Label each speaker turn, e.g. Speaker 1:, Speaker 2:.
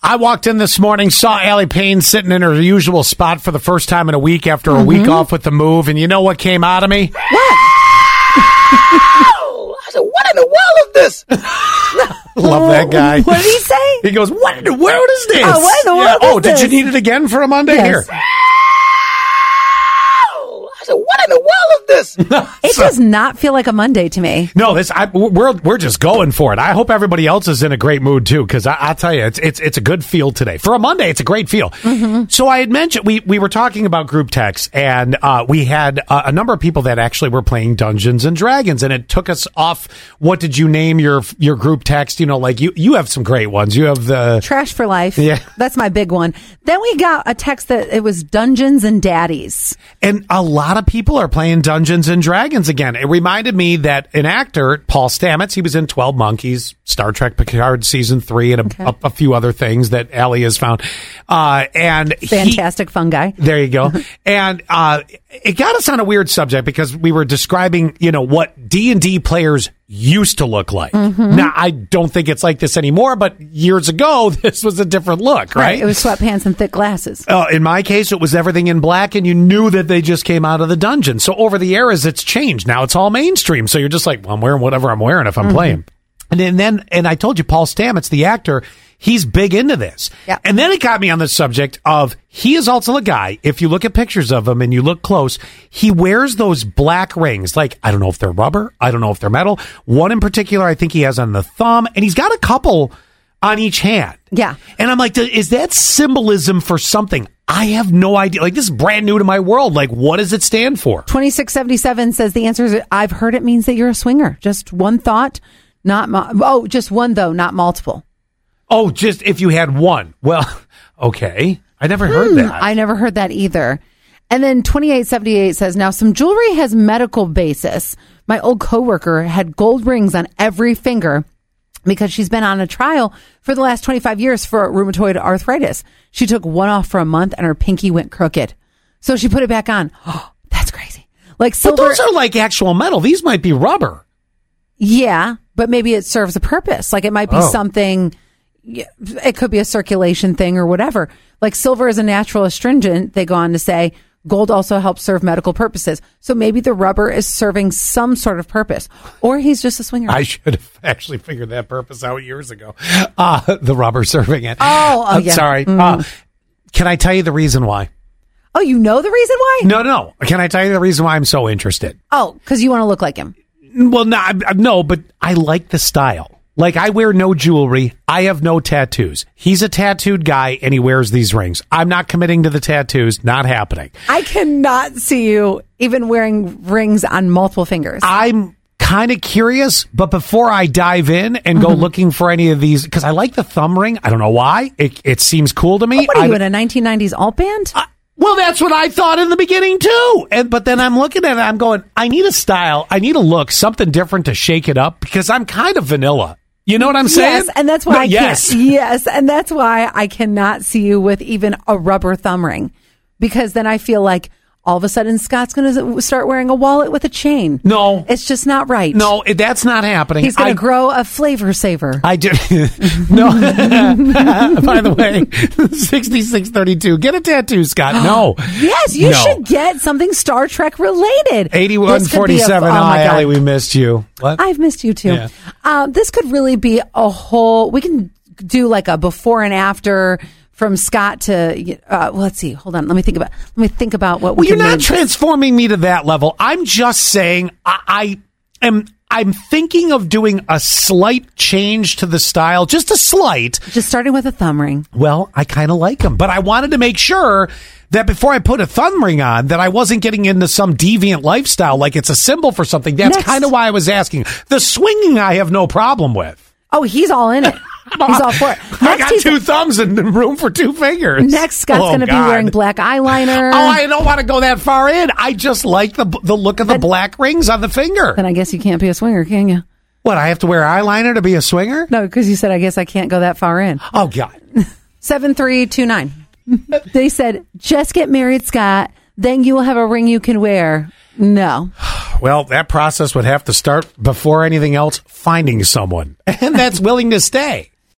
Speaker 1: I walked in this morning, saw Allie Payne sitting in her usual spot for the first time in a week after a
Speaker 2: Mm-hmm.
Speaker 1: week off with the move, and you know what came out of me?
Speaker 3: Oh, I said, what in the world is this?
Speaker 1: Love that guy.
Speaker 2: What did he say?
Speaker 1: He goes, What in the world is this?
Speaker 2: Oh, what in the world
Speaker 1: Oh,
Speaker 2: is
Speaker 1: did you
Speaker 2: this?
Speaker 1: need it again for a Monday?
Speaker 2: Yes.
Speaker 1: Here.
Speaker 3: Oh, I said, what in the world is this?
Speaker 2: It does not feel like a Monday to me.
Speaker 1: No, this I, we're we're just going for it. I hope everybody else is in a great mood too, because I, I'll tell you, it's it's it's a good feel today for a Monday. It's a great feel. So I had mentioned we we were talking about group texts, and uh, we had uh, a number of people that actually were playing Dungeons and Dragons, and it took us off. What did you name your your group text? You know, like you you have some great ones. You have the
Speaker 2: Trash for life.
Speaker 1: Yeah.
Speaker 2: That's my big one. Then we got a text that it was Dungeons and Daddies.
Speaker 1: And a lot of people are playing Dungeons and Dragons again. It reminded me that an actor, Paul Stamets, he was in 12 Monkeys, Star Trek Picard season three, and a, a, a few other things that Allie has found. Uh, and he-
Speaker 2: Fantastic fungi.
Speaker 1: there you go. and uh, it got us on a weird subject because we were describing, you know, what D and D players used to look like.
Speaker 2: Mm-hmm.
Speaker 1: Now, I don't think it's like this anymore, but years ago, this was a different look, right?
Speaker 2: It was sweatpants and thick glasses.
Speaker 1: Uh, in my case, it was everything in black, and you knew that they just came out of the dungeon. So over the eras, it's changed. Now it's all mainstream. So you're just like, well, I'm wearing whatever I'm wearing if I'm
Speaker 2: Mm-hmm.
Speaker 1: playing. And then, then, and I told you, Paul Stamets, the actor, he's big into this.
Speaker 2: Yeah.
Speaker 1: And then it got me on the subject of he is also a guy. If you look at pictures of him and you look close, he wears those black rings. Like, I don't know if they're rubber. I don't know if they're metal. One in particular, I think he has on the thumb, and he's got a couple on each hand.
Speaker 2: Yeah.
Speaker 1: And I'm like, is that symbolism for something? I have no idea. Like, this is brand new to my world. Like, what does it stand for?
Speaker 2: 2677 says the answer is I've heard it means that you're a swinger. Just one thought, not, mu- oh, just one though, not multiple.
Speaker 1: Oh, just if you had one. Well, okay. I never heard that.
Speaker 2: Hmm, I never heard that either. And then 2878 says, now some jewelry has medical basis. My old coworker had gold rings on every finger because she's been on a trial for the last 25 years for rheumatoid arthritis. She took one off for a month and her pinky went crooked. So she put it back on. Oh, that's crazy. Like
Speaker 1: but
Speaker 2: silver.
Speaker 1: those are like actual metal. These might be rubber.
Speaker 2: yeah, but maybe it serves a purpose. Like it might be
Speaker 1: Oh.
Speaker 2: something. yeah, It could be a circulation thing or whatever. Like silver is a natural astringent. They go on to say gold also helps serve medical purposes. So maybe the rubber is serving some sort of purpose, or he's just a swinger.
Speaker 1: I should have actually figured that purpose out years ago. Uh, the rubber serving it.
Speaker 2: Oh, oh,
Speaker 1: I'm
Speaker 2: yeah.
Speaker 1: sorry. Uh, can I tell you the reason why?
Speaker 2: oh, you know the reason why?
Speaker 1: No, no. Can I tell you the reason why I'm so interested?
Speaker 2: Oh, because you want to look like him.
Speaker 1: Well, no, I, I- no, but I like the style. Like I wear no jewelry. I have no tattoos. He's a tattooed guy and he wears these rings. I'm not committing to the tattoos. Not happening.
Speaker 2: I cannot see you even wearing rings on multiple fingers.
Speaker 1: I'm kind of curious, but before I dive in and go
Speaker 2: Mm-hmm.
Speaker 1: looking for any of these, because I like the thumb ring. I don't know why. It, it seems cool to me.
Speaker 2: what are you
Speaker 1: I-
Speaker 2: in a 1990s alt band?
Speaker 1: I- well, that's what I thought in the beginning too. And but then I'm looking at it, I'm going, I need a style, I need a look, something different to shake it up because I'm kind of vanilla. You know what I'm saying?
Speaker 2: Yes, and that's why
Speaker 1: No,
Speaker 2: I
Speaker 1: yes.
Speaker 2: can't. Yes, and that's why I cannot see you with even a rubber thumb ring, because then I feel like all of a sudden Scott's going to start wearing a wallet with a chain.
Speaker 1: No.
Speaker 2: it's just not right.
Speaker 1: No, it- that's not happening.
Speaker 2: he's going
Speaker 1: I-
Speaker 2: to grow a flavor saver.
Speaker 1: I do. no. By the way, 6632. Get a tattoo, Scott. No.
Speaker 2: yes, you
Speaker 1: No.
Speaker 2: should get something Star Trek related. This could be a-
Speaker 1: 8147.
Speaker 2: oh my
Speaker 1: Hi,
Speaker 2: God.
Speaker 1: Allie, we missed you. What?
Speaker 2: I've missed you too.
Speaker 1: Yeah.
Speaker 2: Uh, this could really be a whole. We can do like a before and after from Scott to. Uh, well, let's see. Hold on. Let me think about. Let me think about what
Speaker 1: well,
Speaker 2: we.
Speaker 1: you're
Speaker 2: can
Speaker 1: not
Speaker 2: name this.
Speaker 1: transforming me to that level. I'm just saying I, I am. I'm thinking of doing a slight change to the style, just a slight.
Speaker 2: Just starting with a thumb ring.
Speaker 1: Well, I kind of like him, but I wanted to make sure that before I put a thumb ring on, that I wasn't getting into some deviant lifestyle, like it's a symbol for something. That's
Speaker 2: Next.
Speaker 1: kind of why I was asking. The swinging, I have no problem with.
Speaker 2: Oh, he's all in it. He's all for it.
Speaker 1: I
Speaker 2: Next,
Speaker 1: got
Speaker 2: he's-
Speaker 1: two thumbs and room for two fingers.
Speaker 2: next Scott's
Speaker 1: Oh,
Speaker 2: going to be
Speaker 1: God.
Speaker 2: wearing black eyeliner.
Speaker 1: Oh, I don't want to go that far in. I just like the the look of the black rings on the finger.
Speaker 2: then I guess you can't be a swinger, can you?
Speaker 1: What, I have to wear eyeliner to be a swinger?
Speaker 2: No, because you said I guess I can't go that far in.
Speaker 1: Oh, God.
Speaker 2: Seven three two nine. they said just get married, Scott. Then you will have a ring you can wear. No,
Speaker 1: Well, that process would have to start before anything else finding someone, and that's willing to stay.